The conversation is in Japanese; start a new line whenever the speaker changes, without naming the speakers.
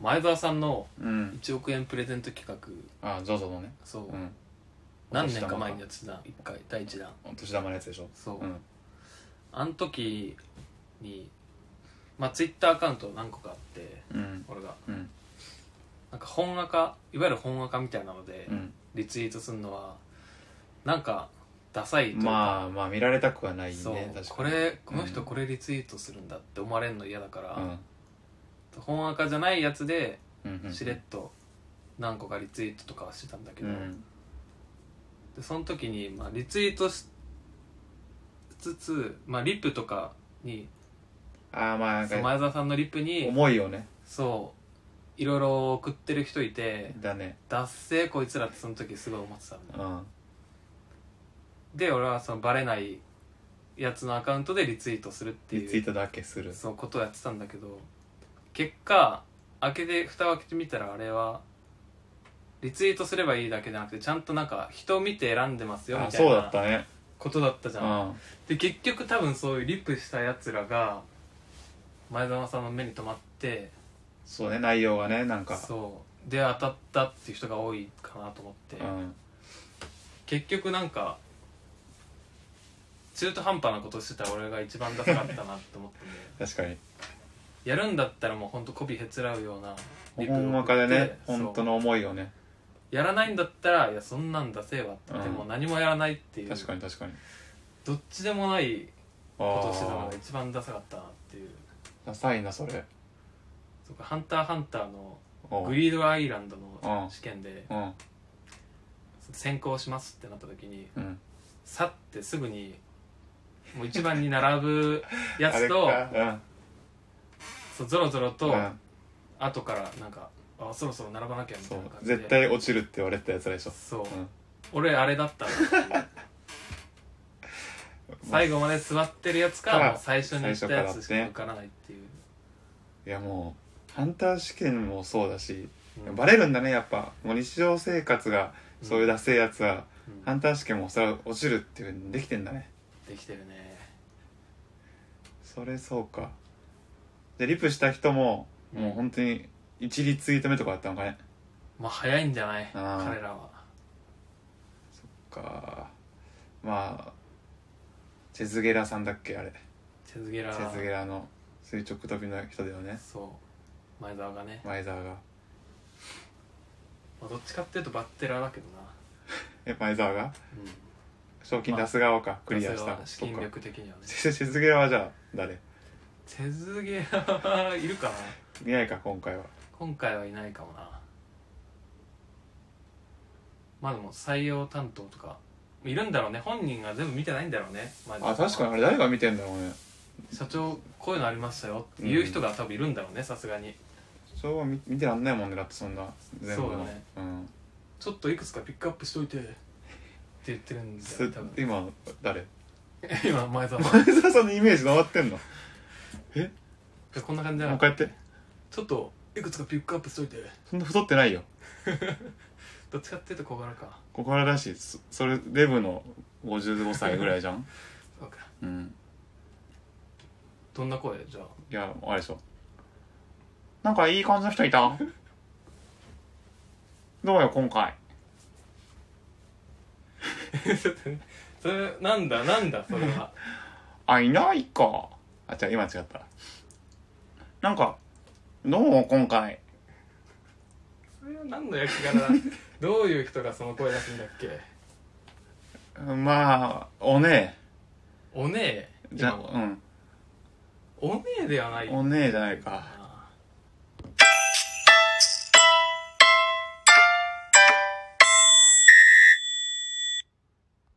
前澤さんの
うん
1億円プレゼント企画
あ ZOZO のね
そう、
うん
何年か前にやってた一回第一弾
お年玉のやつでしょ
そう、
うん
あの時にまあツイッターアカウント何個かあって
うん
俺が
うん
なんか本赤いわゆる本赤みたいなので
うん
リツイートするのはなんかダサいというか、
まあまあ見られたくはないね
そう
確かに
これこの人
うん
これリツイートするんだって思われるの嫌だから、
うん
本赤じゃないやつで
うんうん
しれっと何個かリツイートとかはしてたんだけ
う
ど、
ん
でその時に、まあ、リツイートしつつ、まあ、リップとかに
ああまあ
そ
な
うん
か
前澤さんのリップに
重いよね
そういろいろ送ってる人いて
だね
「脱せこいつら」ってその時すごい思ってたんだ
うん
で俺はそのバレないやつのアカウントでリツイートするって
リツ
い
イー
う
トだけする
そうことをやってたんだけど結果開けて蓋を開けてみたらあれはリツイートすればいいだけじゃなくてちゃんとなんか人を見て選んでますよみ
あ
たい
そうだ
な
ったね
ことだったじ
う
ゃん
ん
で結局多分そういうリップしたやつらが前澤さんの目に留まって
そうね内容がねなんか
そうで当たったっていう人が多いかなと思って、
うん
結局なんか中途半端なことしてた俺が一番ダサかったなって思ってんで
確かに
やるんだったらもうほんと媚びへつらうようなリップ
本物かでね
そう
本当の思いをね
やらないんだったらいやそんなんだせえわって、
うん
でも何もやらないっていう
確かに確かに
どっちでもないこ
あ
としてたの
あ
が一番ダサかったなっていう
ダサいなそれ
そうかハンターハンターの
おう
グリードアイランド
う
の
ん
試験で
うん
先行しますってなった時に
うん
去ってすぐにもう一番に並ぶや
あ
つ
れ
と
か
そうゾロゾロ
うん
と
うん
後からなんかあそろそろ並ばなきゃみた
そ
いうな感じで
絶対落ちるって言われてたやつらでしょ
そう、
うん
俺あれだ ったなっていう最後まで座ってるやつか
から
もう最初に行ったやつしか
最
受
初
からないっていう、
いやもうハンター試験もそうだし
うん
バレるんだねやっぱもう日常生活がそういうダセえやつは、
うん
ハンター試験もそれは落ちるっていうふうにできてんだね
できてるね
それそうかでリプした人も、
うん
もう本当に一リツイート目とかだったのかね
まあ早いんじゃない
あー
彼らは
かまあチェズゲラさんだっけあれ
チェズゲラ
チェズゲラの垂直跳びの人だよね
そう前澤がね、
前澤が
まあ、どっちかっていうとバッテラーだけどな、
え前澤が
うん、
賞金出す側か、クリア
さ
し
す
た
が資
そっ
金
か
力的にはね
チェチェズゲラはじゃあ誰
チェズゲラはいるかない
ないか今回は
今回はいないかもなまあでも採用担当とかいるんだろうね本人が全部見てないんだろうね前澤
あ
さんは
確かにあれ誰が見てんだろうね
社長こういうのありましたよっていう人が多分いるんだろうねさすがに
そうは見見てらんないもんねだってそんな全部の
そうだね
うん
ちょっといくつかピックアップしといてって言ってるんだ
す
よ多分
今誰
今前澤さん
前澤さんのイメージ回ってんの
こんな感じだ
もう
な
こうやって
ちょっといくつかピックアップしといて
そんな太ってないよ
どっちかっていうと小柄か
ここからだしそそれデブの55歳ぐらいじゃん
そうか
うん
どんな声じゃあ
いやあれでしょなんかいい感じの人いたどうよ今回
それなんだなんだそれは
あいないかあ違う今違ったなんかどう今回
それは何の役柄だどういう人がその声出すんだっけ
まあおね
おねえ
えじゃ
今は
うん
おねえではない
おねえじゃないか
あ